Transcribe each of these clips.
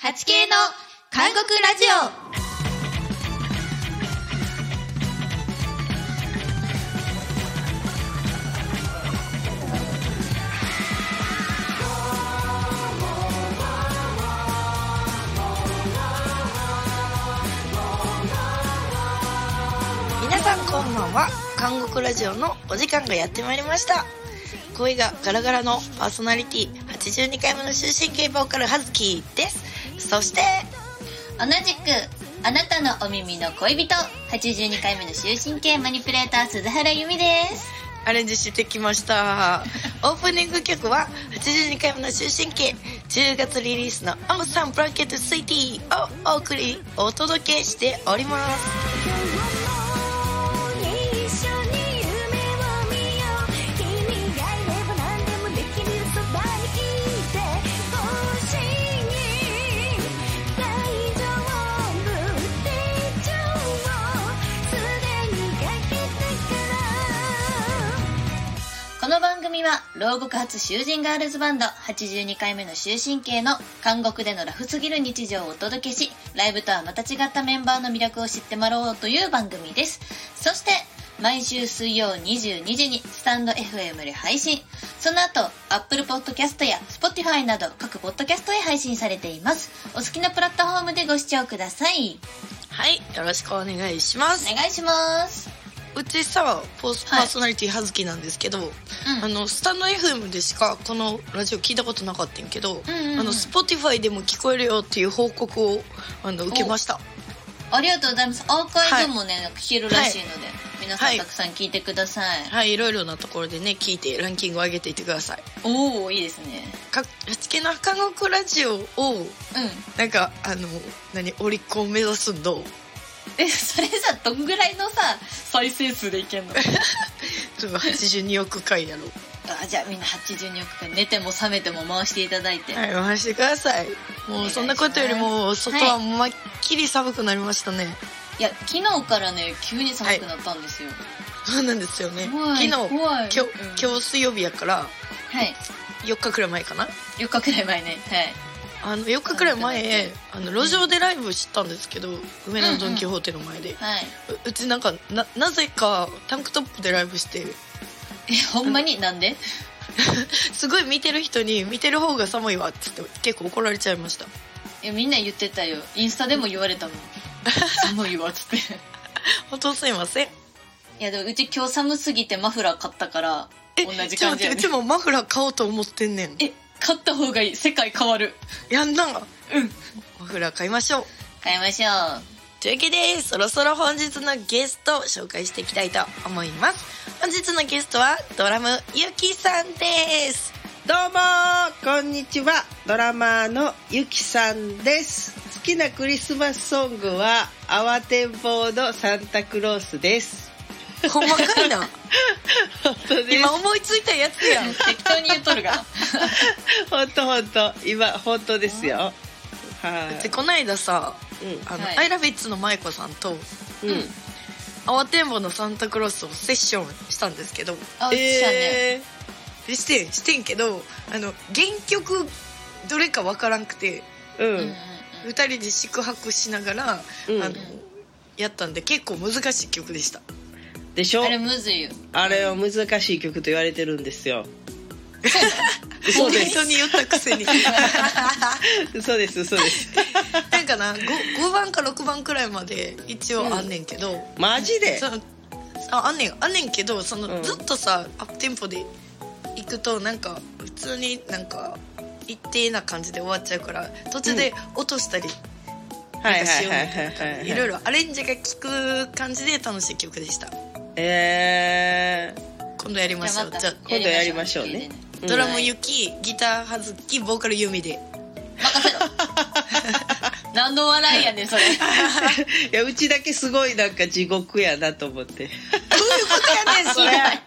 8K の韓国ラジ皆さんこんばんは韓国ラジオのお時間がやってまいりました声がガラガラのパーソナリティ82回目の終身系ボーカルはずきですそしてオ同じくあなたのお耳の恋人82回目の終身系マニピュレーター鈴原由美ですアレンジしてきましたオープニング曲は82回目の終身系10月リリースの「アムさんブランケットスイティー」をお送りお届けしておりますこの番組は牢獄発囚人ガールズバンド82回目の終身系の韓国でのラフすぎる日常をお届けしライブとはまた違ったメンバーの魅力を知ってもらおうという番組ですそして毎週水曜22時にスタンド FM で配信その後 Apple Podcast や Spotify など各ポッドキャストへ配信されていますお好きなプラットフォームでご視聴くださいはいよろしくお願いしますお願いしますうちさポスパはいーソナリティはずきなんですけど、うんあのスタンド FM でしかこのラジオ聞いたことなかったんやけど、うんうんうんあの Spotify でも聞こえるよっていう報告をあの受けましたありがとうございます。アーカイブもね、聞けるらしいので、皆さはんいたくさん聞いてください。はいいろいろなところでね聞いてランキングを上げていってくださいおおいいですね。か八けな韓国ラジオをうん。なんかあの何オリコン目指す んどうえ、それさ、どんぐらいのさ、再生数でいけんの 多分82億回やろあじゃあみんな82億回寝ても覚めても回していただいて。はい回してくださいもうそんなことよりも外はまっきり寒くなりましたね、いや、昨日からね、急に寒くなったんですよ。そうなんですよね昨怖い日怖い今日うん今日水曜日やからはい。 4日くらい前かな4日くらい前ね。はい。あの4日くらい前あの路上でライブしたんですけど梅田うんうのんドン・キホーテの前で、うはい。うちなんかななぜかタンクトップでライブして え、ほんまになんですごい見てる人に見てる方が寒いわっつって結構怒られちゃいましたえ、みんな言ってたよ。インスタでも言われたも ん。寒いわ、つって。本当すいませんいや、でもうち今日寒すぎてマフラー買ったから、え同じ感じちょっと待やってねうちもマフラー買おうと思ってんねんえ買った方がいい世界変わるやんなうんマフラー買いましょう買いましょうというわけでそろそろ本日のゲストを紹介していきたいと思います本日のゲストはドラムゆきさんですどうもこんにちはドラマーのゆきさんです好きなクリスマスソングは「慌てんぼうのサンタクロース」です細かいな本当です今思いついたやつや ん適当に言っとる が本当本当今本当ですよはでこないださあの、はいアイラビッツの舞子さんとい、うんうん慌てんぼのサンタクロースをセッションしたんですけどあしたねえでしてしてんけどあの原曲どれかわからんくてーううんうんん2人で宿泊しながら、うんあのやったんで結構難しい曲でしたでしうょんあれむずいよあれは難しい曲と言われてるんですよ 本そうです当に言ったくせに そうですそ うですなんかな 5, 5番か6番くらいまで一応あんねんけど、マジでそのああんねんあんねんけどその、うんずっとさアップテンポで行くとなんか普通になんか一定な感じで終わっちゃうから途中で落としたり、はいなんかはしいようはいみたはいないは感じいでいろいろアレンジが効く感じで楽しい曲でしたえ今度やりましょうじゃあた今度やりましょうね家でうんドラムゆきギターはずきボーカルゆみで任せろ何の笑いやねんそれ ー、いやうちだけすごいなんか地獄やなと思ってどういうことやねんそれ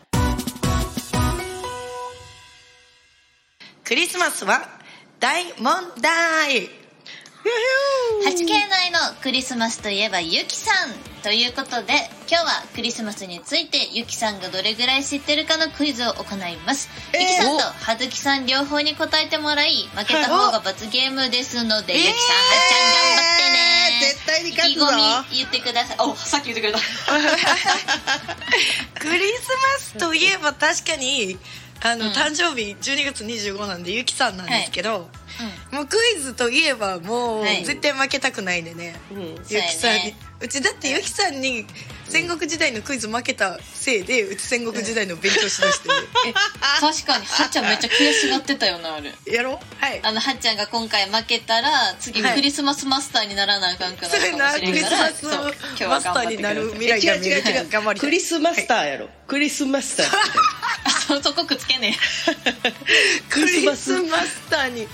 クリスマスは大問題 8K 内のクリスマスといえばゆきさんということで今日はクリスマスについてゆきさんがどれぐらい知ってるかのクイズを行います、えーゆきさんとはずきさん両方に答えてもらい負けた方が罰ゲームですので、えーゆきさんはっちゃん頑張ってね絶対に勝つぞ意気込み言ってくださいおさっき言ってくれたクリスマスといえば確かにあの、うん誕生日12月25なんでゆきさんなんですけど、うもうクイズといえばもうはい絶対負けけたくないんでね、うんそうゆやねきさんにうちだってゆきさんに戦国時代のクイズ負けたせいでうち戦国時代の勉強しだしてえ確かにはっちゃんめっちゃ悔しがってたよなあれるやろはいあのはっちゃんが今回負けたら次はいクリスマスマスターにならなあかんくなるかそもれなしクれんリかスらマそうス今マ日はスタ頑張ってください ーになる未え来が違う見違えうる違う頑張りたクいリスマスターやろクリスマスターそそこくっつけね ククリスマリススマスターに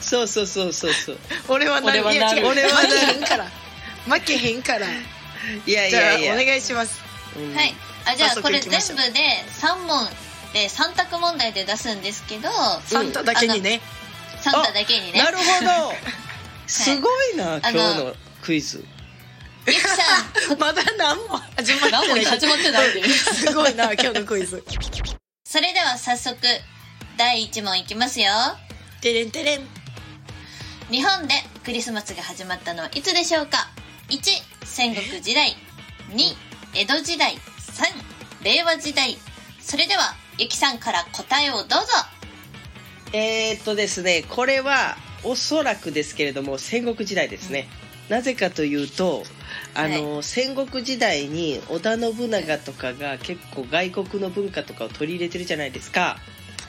そうそうそうそうそう俺はなる俺はなるいや違う俺俺ははなる負けへんから負けへんからいやいじゃやあいやお願いしますうえんはいあじゃあ早速これ行き全部でましょう3問で3択問題で出すんですけどサンタだけにねサンタだけにねなるほ どすごいな、今あ日ののクイズゆきさ んまだ何も始まって何もない始まってないですごいな今日のクイズそれでは早速第1問いきますよてれんてれん日本でクリスマスが始まったのはいつでしょうか1戦国時代2江戸時代3令和時代それではゆきさんから答えをどうぞえー、っとですねこれはおそらくですけれども戦国時代ですね、なぜかというとあの、戦国時代に織田信長とかが結構外国の文化とかを取り入れてるじゃないですか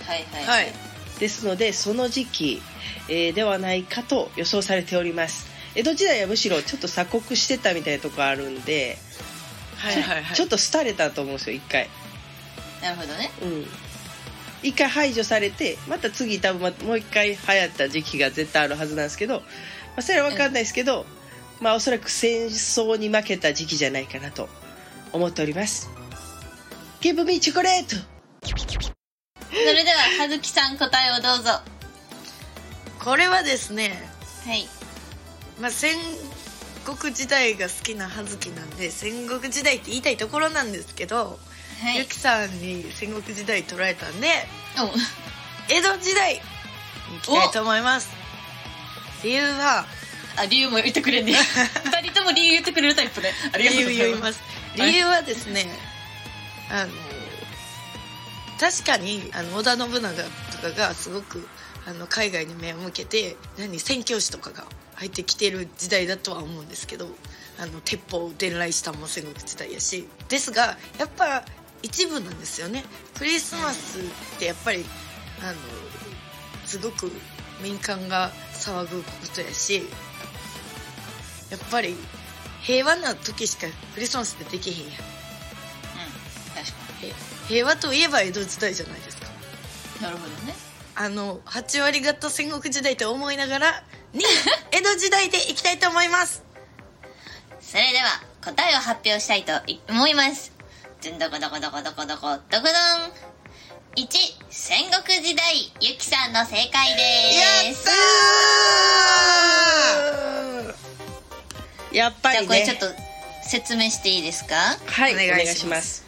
はいはいはいですのでその時期、えーではないかと予想されております江戸時代はむしろちょっと鎖国してたみたいなとこあるんで、はいはいはいちょっと廃れたと思うんですよ一回なるほどねうん一回排除されてまた次多分まもう一回流行った時期が絶対あるはずなんですけど、まあ、それは分かんないですけど、まあおそらく戦争に負けた時期じゃないかなと思っております。Give me チョコレートそれでははずきさん答えをどうぞはこれはですね、いまあ、戦国時代が好きな葉月なんで戦国時代って言いたいところなんですけど、はゆきさんに戦国時代捉えたんでお江戸時代に行きたいと思います理由はあ理由も言ってく れんね二人とも理由言ってくれるタイプねあり理がとうご由ざい言いますます理由はですねあの確かにあの織田信長とかがすごくあの海外に目を向けて何宣教師とかが入ってきてる時代だとは思うんですけどあの鉄砲を伝来したのも戦国時代やしですがやっぱ一部なんですよねクリスマスってやっぱりあのすごく民間が騒ぐことやしやっぱり平和な時しかクリスマスってできへんやんうん確かへ平和といえば江戸時代じゃないですかになるほど ねあの8割方戦国時代と思いながらに江戸時代でいきたいと思いますそれでは答えを発表したいと思います。どんどこどこどこどこどこどこどん。1、戦国時代、ゆきさんの正解です。やっぱじゃありこれねちょっと説明していいですかはいおお願願いいししまます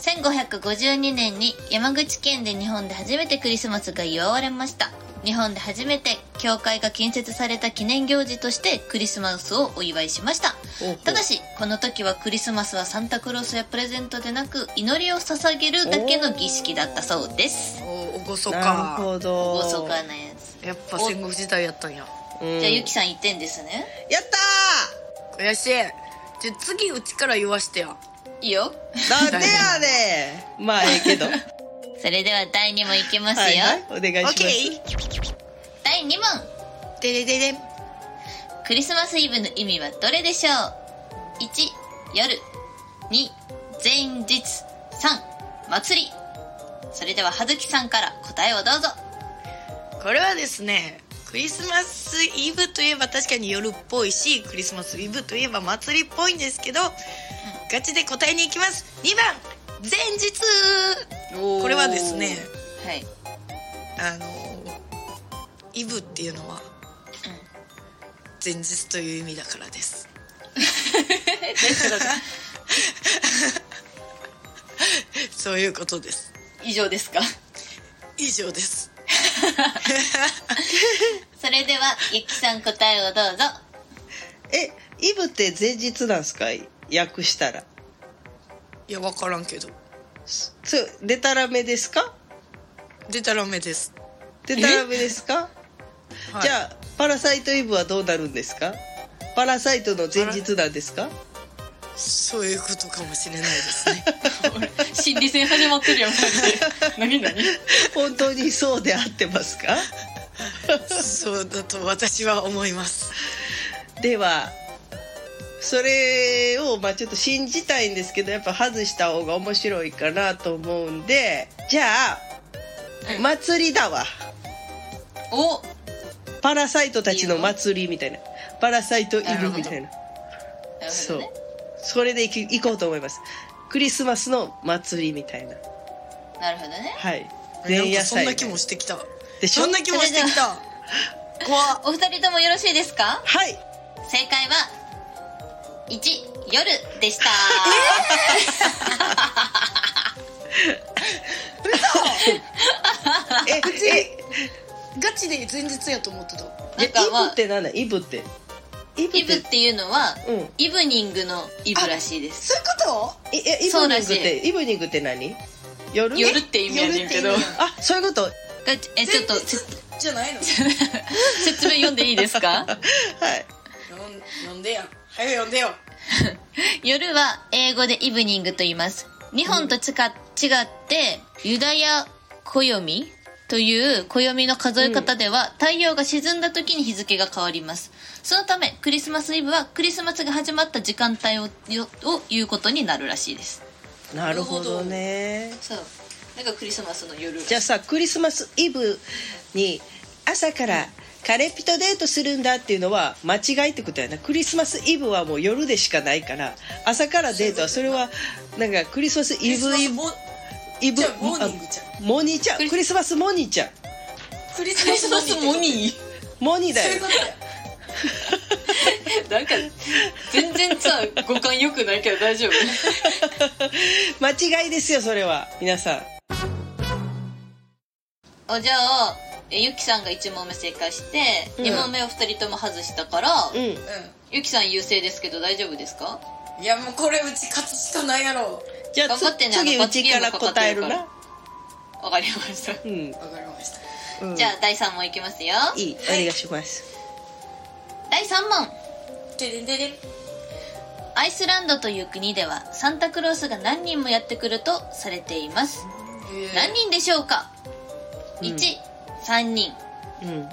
す1552年に山口県で日本で初めてクリスマスが祝われました日本で初めて教会が建設された記念行事としてクリスマスをお祝いしましたおうただしこの時はクリスマスはサンタクロースやプレゼントでなく祈りを捧げるだけの儀式だったそうですおおごそなるかほど大そかなやつやっぱ戦国時代やったんやうんじゃあゆきさん1点ですねやった悔しいじゃあ次うちから言わしてよいいよーなんでやねん まあええけどは それでは第2問いきますよ、い、はい、お願いしオまッすケー第2問ででででんクリスマスイブの意味はどれでしょう ?1 夜2前日3祭りそれでははずきさんから答えをどうぞこれはですねクリスマスイブといえば確かに夜っぽいしクリスマスイブといえば祭りっぽいんですけどガチで答えに行きます2番前日これはですね はいあのイブっていうのは前日という意味だからですえですのでそういうことです以上ですか以上ですそれではゆきさん答えをどうぞえイブって前日なんすか訳したらいや分からんけどそうでたらめですかでたらめです、でたらめですかはいじゃあパラサイトイブはどうなるんですかパラサイトの前日なんですかそういうことかもしれないです ね 心理戦始まってるよマジで何何本当にそうで合ってますかそうだと私は思いますではそれをまあちょっと信じたいんですけどやっぱ外した方が面白いかなと思うんでじゃあうん祭りだわおパラサイトたちの祭りみたいなパラサイトイブみたいななるほそどうねそれでいき行こうと思いますクリスマスの祭りみたいななるほどねはいなん前夜かそん祭な気もしてきたでしょそんな気もしてきた怖っお二人ともよろしいですかはい正解は1夜で した、ええガチで前日やと思ってたえないんやかイブまあってなんだイブってイブってイブっていうのはうんイブニングのイブらしいですそういうこいえイそブうニングらっしいてイブニングって何夜夜って意味やねんけど夜って意味あそういうことがえちょっとせとじゃないの説明読んでいいです かはい飲んでや早よ読んでよ夜は英語でイブニングと言います日本とちか違ってユダヤ暦という暦の数え方では太陽が沈んだ時に日付が変わりますそのためクリスマスイブはクリスマスが始まった時間帯をよを言うことになるらしいですなるほどねそうなんかクリスマスの夜じゃあさクリスマスイブに朝からカレピとデートするんだっていうのは間違いってことやなクリスマスイブはもう夜でしかないから朝からデートはそれはなんかクリスマスイブイブもイブじゃあモーニングじゃんあモニーちゃんクリスクリスマスモニーちゃんクリクリスマスモニモニそーうだいうよことだよー なんか全然さ五感良くないけど大 丈夫間違いですよそれは皆さんあじゃあえゆきさんが1問目正解して、うん二2問目を2人とも外したから、うんゆきさん優勢ですけど大丈夫ですかうんいやもうこれうち勝つしかないやろじゃあ頑張ってつね次あのうちから答えるなわかりました、うんわかりましたうんじゃあ第3問いきますよいいお願いします第3問ででんででんアイスランドという国ではサンタクロースが何人もやってくるとされています、何人でしょうか、うん1 3人うん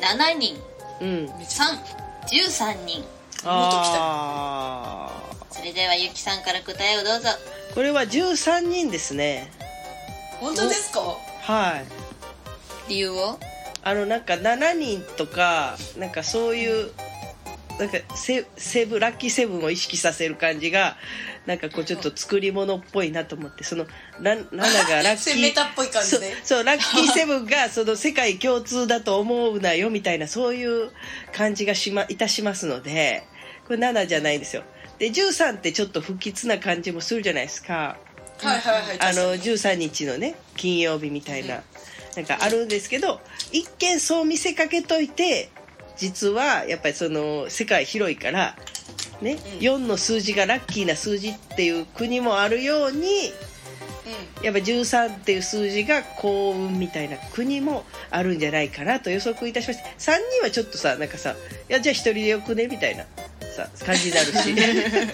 27人うん313人あーそれではゆきさんから答えをどうぞこれは13人ですね本当ですかはい理由をあのなんか7人とかなんかそういうなんかセセブンラッキーセブンを意識させる感じがなんかこうちょっと作り物っぽいなと思ってそのな7がラッキ 攻めーたっぽい感そじうでそうラ ッキーセブンがその世界共通だと思うなよみたいなそういう感じがしまいたしますのでこれ7じゃないんですよで13ってちょっと不吉な感じもするじゃないですかはいはいはい確あかのに13日のね金曜日みたいな、うんなんかあるんですけど一見そう見せかけといて実はやっぱりその世界広いから、ねうん4の数字がラッキーな数字っていう国もあるようにやっぱ13っていう数字が幸運みたいな国もあるんじゃないかなと予測いたしました3人はちょっとさなんかさ「いやじゃあ一人でよくね」みたいなさ感じになるし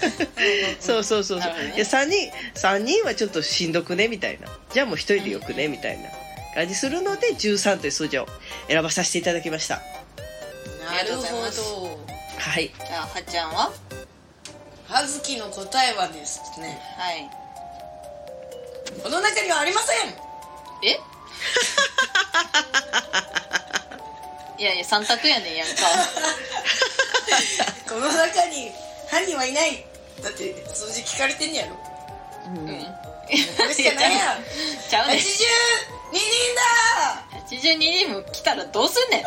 そうそうそうなそう、るほどねいや3人三人はちょっとしんどくねみたいなじゃあもう一人でよくねみたいな感じするので13という数字を選ばさせていただきましたなるほどはいじゃあはっちゃんははずきの答えはですねはいこの中にはありませんえいやいや三択やねんやんかこの中に犯人はいないだって数字聞かれてんねやろこうんれしかないやんちゃうね82ん人だ 82人も来たらどうすんねん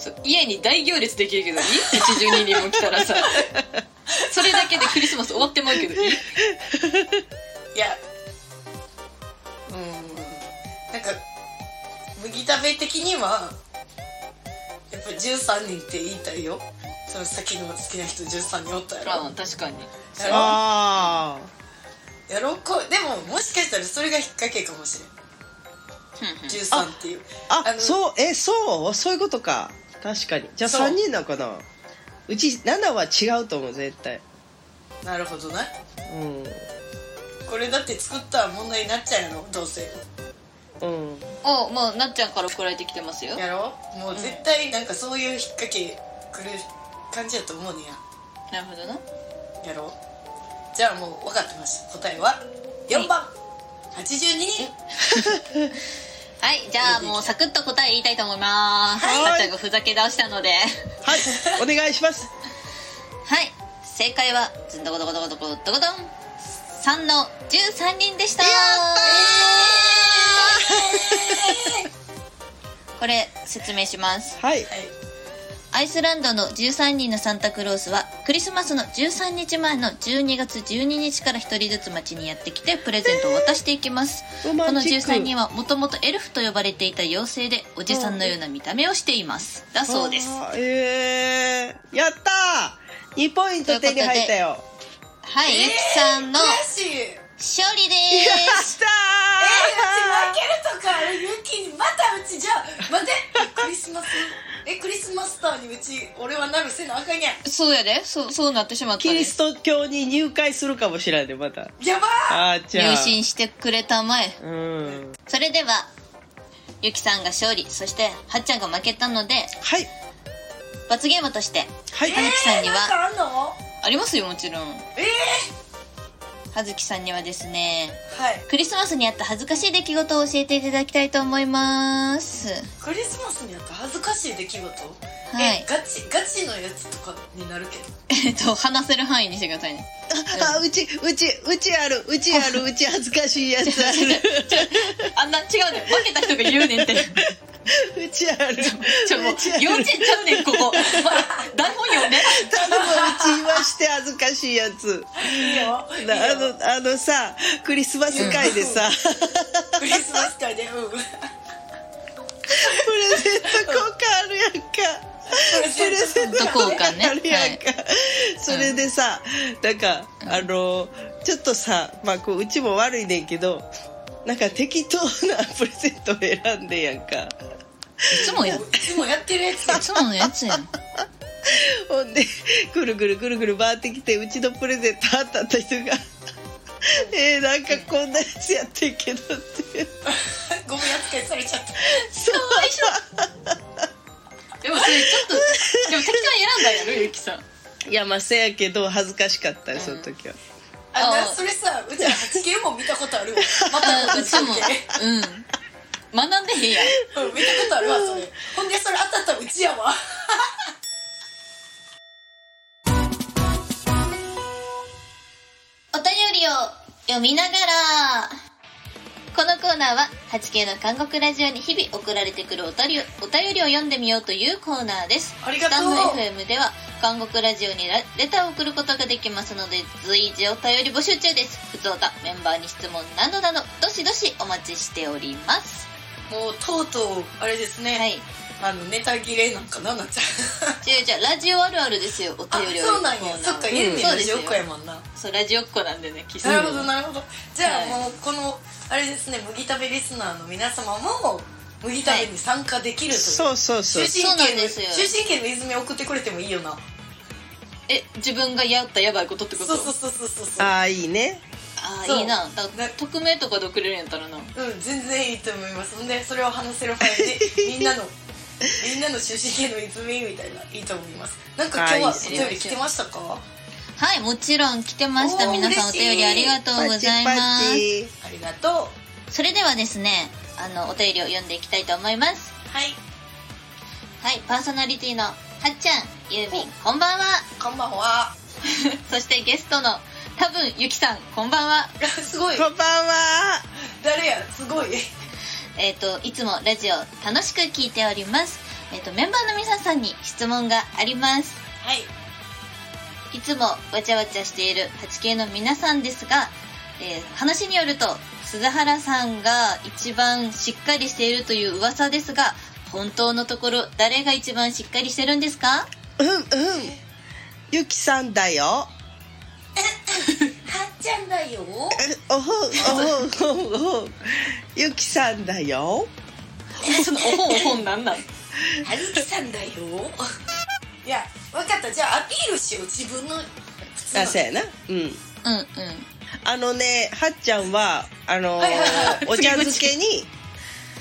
そう家に大行列できるけどいい82人も来たらさそれだけでクリスマス終わってまうけどいいいやうんなんか麦食べ的にはやっぱ13人って言いたいよその先の好きな人13人おったやろあ確かにやろあやろこでももしかしたらそれが引っ掛けかもしれん13っていうーああのそうえそうそういうことか確かにじゃあそう3人なのかなうち7は違うと思う絶対なるほどねうんこれだって作ったら問題になっちゃうやろどうせうんおもうなっちゃんから送られてきてますよやろもう絶対なんかそういう引っ掛けくる感じやと思うねなるほどなややろじゃあもう分かってます答えは4番82人はいじゃあもうサクッと答え言いたいと思いますはいなっちゃんがふざけ倒したのではいお願い しますはい正解はズンドコドコドコドコドコドコドン3の13人でしたこれ説明しますはいはいアイスランドの13人のサンタクロースはクリスマスの13日前の12月12日から1人ずつ町にやってきてプレゼントを渡していきます、ロマこのンチック13人はもともとエルフと呼ばれていた妖精でおじさんのような見た目をしていますだそうですあーえー、やったー2ポイント手に入ったよはいゆきさんの悔しいえ勝利でやっすたーうち負けるとかあれユキにまたうちじゃあ待ってクリスマスえクリスマスターにうち俺はなるせなあかんやんそうやでそうそうなってしまったキでリスすト教に入会するかもしれんねまたやばーあーちゃん入信してくれたまえうんそれではゆきさんが勝利そしてはっちゃんが負けたのではい罰ゲームとしてはい、えーキさんにはなんかあんのありますよもちろんえはずきさんにはですねー、はいクリスマスにあった恥ずかしい出来事を教えていただきたいと思いますクリスマスにあった恥ずかしい出来事、はえいガチガチのやつとかになるけどえっと話せる範囲にしてくださいねあうちうちうちあるうちあるうち恥ずかしいやつあ あんな違うね負けた人が言うねん ってるうちあるちょもううちある幼稚園ちゃうねんこ こ、ま台本読んで頼むうち言わして恥ずかしいやついいよいいなあよのあのさクリスマス会でさ、クリスマス会でうんププレゼント交換あるやんかレプレゼント交換ねあるやんか、それでさなんか、あのちょっとさ、まあ、こううちも悪いねんけどなんか適当なプレゼントを選んでんやんかいつもやいいつもやってるやつやつものやつやんほんでぐるぐるぐるぐる回ってきてうちのプレゼント当たった人が 「えー、なんかこんなやつやってんけど」ってゴミ扱いされちゃったそうでもそれちょっとでも適当に選んだんやろゆきさんいやまあせやけど恥ずかしかったよその時は、ああなそれさうちら地形も見たことあるわまたう ち もうん学んでへんやんうん見たことあるわそれほんでそれ当たったらうちやわお便りを読みながらこのコーナーは 8K の韓国ラジオに日々送られてくるお便りをお便りを読んでみようというコーナーですありがとスうタンド FM では韓国ラジオにラレターを送ることができますので随時お便り募集中です普通歌メンバーに質問などなどどしどしお待ちしておりますもうとうとうあれですね、はいあのネタ切れなんかななっちゃうじゃあじゃあラジオあるあるですよおあ便りをそうなんコーナやーそっか家うんにそうラですジよオっ子やもんな、そうラジオっ子なんでね気なるほどなるほどじゃはいあもうこのあれですね麦食べリスナーの皆様も麦食べに参加できるという、そうそうそ終う身そうなん刑でのすよ終身刑の泉送ってくれてもいいよなえ自分がやったやばいことってこそとうそうそうそうそうああいいねあそあういいなだからね匿名とかで送れるんやったらなうん全然いいと思いますんでそれを話せる範囲でみんなのみんなの終身刑の泉みたいないいと思いますなんか今日はあいいおですね便り来てましたかはいもちろん来てましたおー皆さんお嬉しい便りありがとうございますチありがとうそれではですねあのお便りを読んでいきたいと思いますはいはいパーソナリティのはっちゃんゆうみんこんばんはこんばんは そしてゲストの多分ゆきさんこんばんはすごいこんばんは誰やすごい えっ、といつもラジオ楽しく聞いておりますえっ、と、メンバーの皆さんに質問があります。はいいつもわちゃわちゃしている八系の皆さんですが、えー話によると、鈴原さんが一番しっかりしているという噂ですが、本当のところ誰が一番しっかりしてるんですかうんうんゆきさんだよはっちゃんだよ。おほうおほうおほうゆきさんだよそのおほんおほんなん なんはずきさんだよ。いや、わかった。じゃあアピールしよう。自分の普通の。あそうやなうんうんうん。あのねはっちゃんはあのーはいはいはお茶漬けに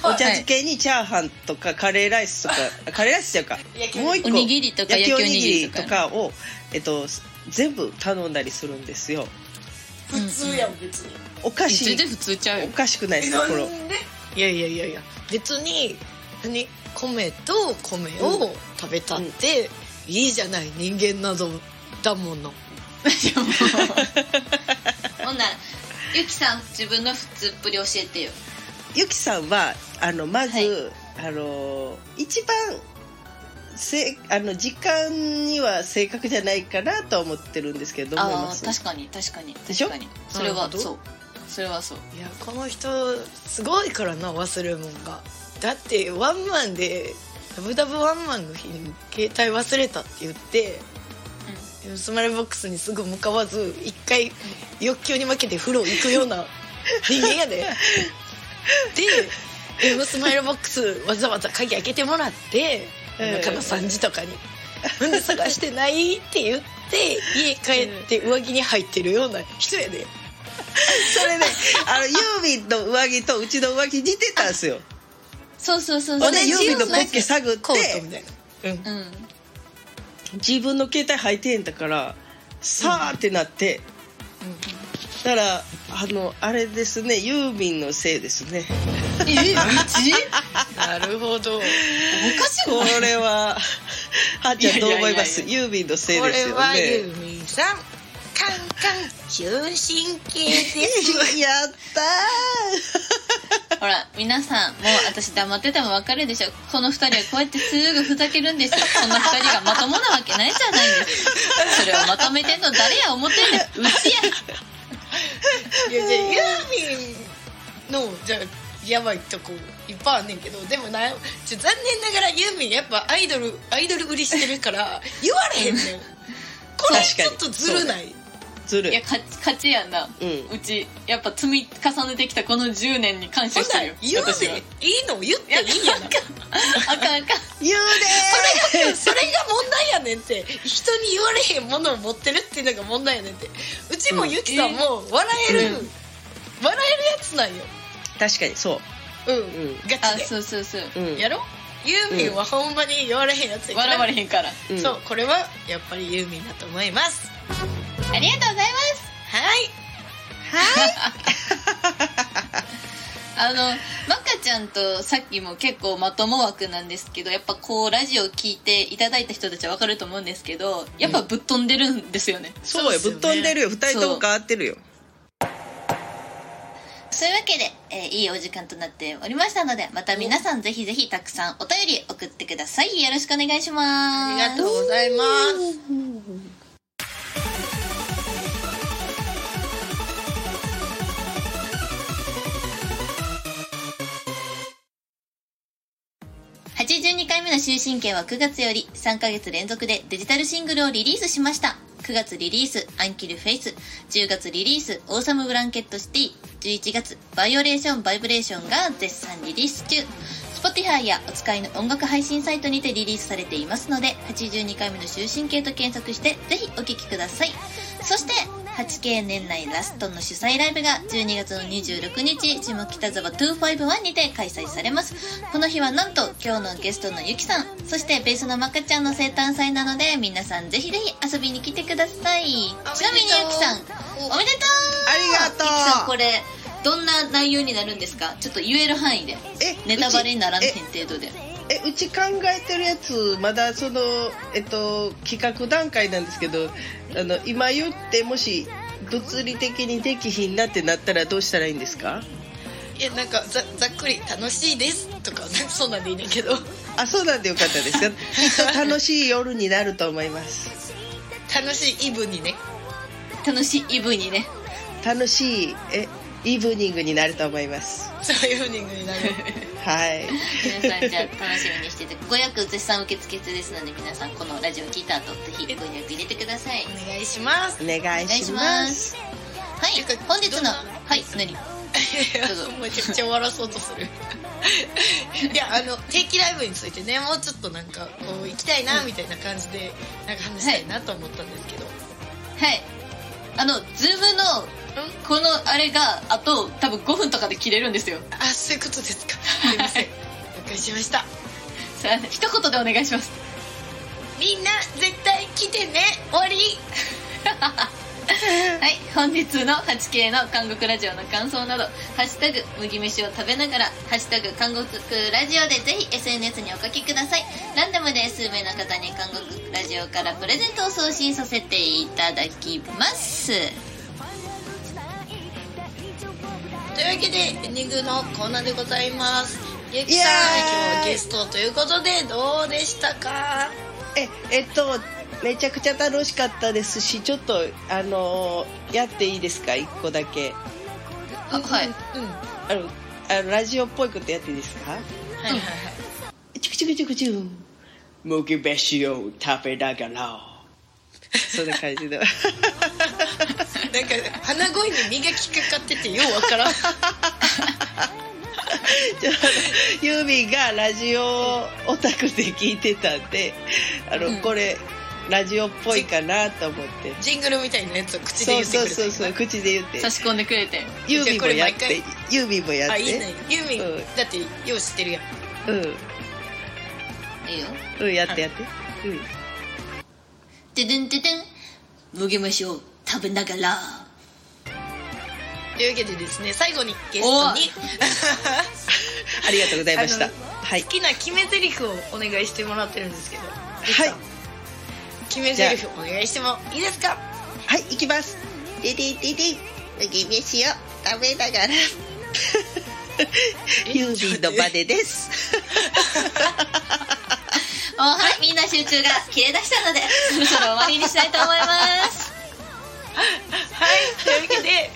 おはい茶漬けにチャーハンとかカレーライスとかあカレーライスじゃうか焼きおにぎりもう一個おにぎりとか焼きおにぎり焼きおとにぎりとかをえっと全部頼んだりするんですよ普通やん、別に。おかしい普通ちゃおかしくないですかなこのんでいやいやいやいや別に何米と米うを食べたって、いいじゃない人間などだものほんなら、ゆきさん自分の普通っぷり教えてよ。ゆきさんはあのまず、はいあの一番せあの時間には正確じゃないかなと思ってるんですけどどう思いあまあ、す確かに確かにでしょ確かに。それなはるほどそう。それはそう。いやこの人すごいからな忘れもんがだってワンマンでダブダブワンマンの日に携帯忘れたって言ってスマイルボックスにすぐ向かわず一回欲求に負けて風呂行くような人間やで でえスマイルボックスわざわざ鍵開けてもらってええ中の3時とかに「なんで探してない?」って言って家帰って上着に入ってるような人やでそれねあのユーミンの上着とうちの上着似てたんですよそうそうそうそほうんでユ同ーじミよンうのなポッケ探っコートみてたいな。うんうん。自分の携帯履いてんだからさあってなって、だからあのあれですねユーミンのせいですねえ、うちなるほど。こおかしくこないれははっちゃんどう思いますいユーミンのせいですよねれはユーミンさん。カンカン終身刑です。やっ たほら、皆さん、もう私黙っててもわかるでしょ。この二人はこうやってすぐふざけるんですよ。この二人がまともなわけないじゃないですか。それをまとめてんの誰や思ってんねん。うちや。いやじゃあユーミン のじゃあやばいとこいっぱいあんねんけどでもなちょ残念ながらユーミンやっぱアイドルアイドル売りしてるから言われへんねんこれ確かちにょっとずるないーずるいや、勝ち、勝ちやんな。うんうち、やっぱ積み重ねてきたこの10年に感ほ謝んしなてらるよ。言う私では。いいの言っていいんやなあかんあかん。言うそれがそれが問題やねんって人に言われへんものを持ってるっていうのが問題やねんってうちもゆきさんも笑える、うん笑えるやつなんよで確かにそううん、んガあ、チでそうそうそう。うんやろユーミンはほんまに言われへんやつやから笑われへんから。うんそうこれはやっぱりユーミンだと思いますありがとうございます。はいあの、まかちゃんとさっきも結構まとも枠なんですけど、やっぱこうラジオ聞いていただいた人たちはわかると思うんですけど、やっぱぶっ飛んでるんですよね。そうよそぶうっすよっね飛んでるよ二人とも変わってるよそういうわけで、えーいいお時間となっておりましたので、また皆さんぜひぜひたくさんお便り送ってください。よろしくお願いしあまりす。がとうございます82回目の終身権は9月より3ヶ月連続でデジタルシングルをリリースしました。9月リリース、アンキルフェイス。10月リリース、オーサムブランケットシティ。11月、バイオレーション、バイブレーションが絶賛リリース中。Spotify やお使いの音楽配信サイトにてリリースされていますので、82回目の終身刑と検索して、ぜひお聴きください。そして、8K 年内ラストの主催ライブが12月の26日、下北沢251にて開催されます。この日はなんと今日のゲストのゆきさん、そしてベースのまかちゃんの生誕祭なので、皆さんぜひぜひ遊びに来てください。ちなみにゆきさん、おめでとうありがとうゆきさんこれ、どんな内容になるんですかちょっと言える範囲で。えネタバレにならんうへんち程度で。ええうち考えてるやつまだそのえっと企画段階なんですけどあの今言ってもし物理的にできひんなってなったらどうしたらいいんですかいやなんかざざっくり楽しいですとかそんなんでいいねんけどあそうなんでよかったですよきっと楽しい夜になると思います楽しいイブにね楽しいイブにね楽しいえイブニングになると思いますそういうニングになるはい皆さんじゃあ楽しみにしててご予約絶賛受付中ですので皆さんこのラジオ聞いた後ぜひご予約入れてくださいお願いします お願いしますはい本日のはい何どうぞ もうめちゃくちゃ終わらそうとするいやあの定期ライブについてねもうちょっとなんかこう行きたいなみたいな感じでなんか話したいなと思ったんですけど、はいあのズームのこのあれがあと多分5分とかで切れるんですよあそういうことですかすいません了解しましたさあ 一言でお願いしますみんな絶対来てね終わり はい、本日の 8K の韓国ラジオの感想など、ハッシュタグ、麦飯を食べながら、ハッシュタグ、韓国ラジオでぜひ SNS にお書きください。ランダムで数名の方に韓国ラジオからプレゼントを送信させていただきます。というわけでエンディングのコーナーでございますゆきイエーイさん今日はゲストということでどうでしたかええっとめちゃくちゃ楽しかったですしちょっとあのやっていいですか一個だけあはい。うんあのあのラジオっぽいことやっていいですかはいはいはいチュクチュクチュクチュン 麦飯を食べながらそんな感じでなんか鼻声に身がきかかっててようわからん ユーミンがラジオオタクで聞いてたんであの、うんこれラジオっぽいかなと思ってジングルみたいなやつを口で言そうってくれそうそううそう口で言って差し込んでくれて。ユーミンもやってじゃユーミンもやってあいいねユーミン、うんだってよう知ってるやんうんいいよ。うんやってやって、うんてでんてでん。麦飯を食べながら。というわけでですね最後にゲストにありがとうございましたあのはい好きな決め台詞をお願いしてもらってるんですけどはい決め台詞お願いしてもいいですかはい行きますデデデデ麦飯を食べながら ユーミンのバネですおはい、みんな集中が切れ出したので、 そろそろ終わりにしたいと思います。はい、というわけで、え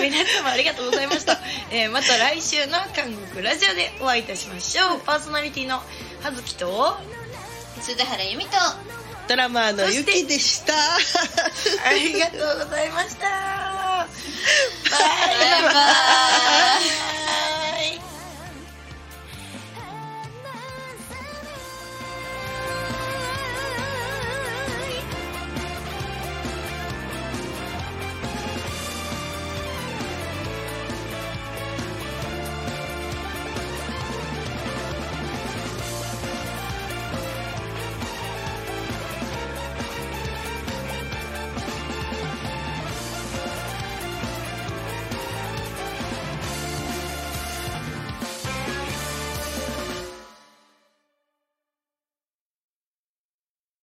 ー皆様ありがとうございました、 えーまた来週の韓国ラジオでお会いいたしましょうパーソナリティの葉月とは鈴原由美と、ドラマーのゆきでしたあ りがとうございましたバイバイバーイ。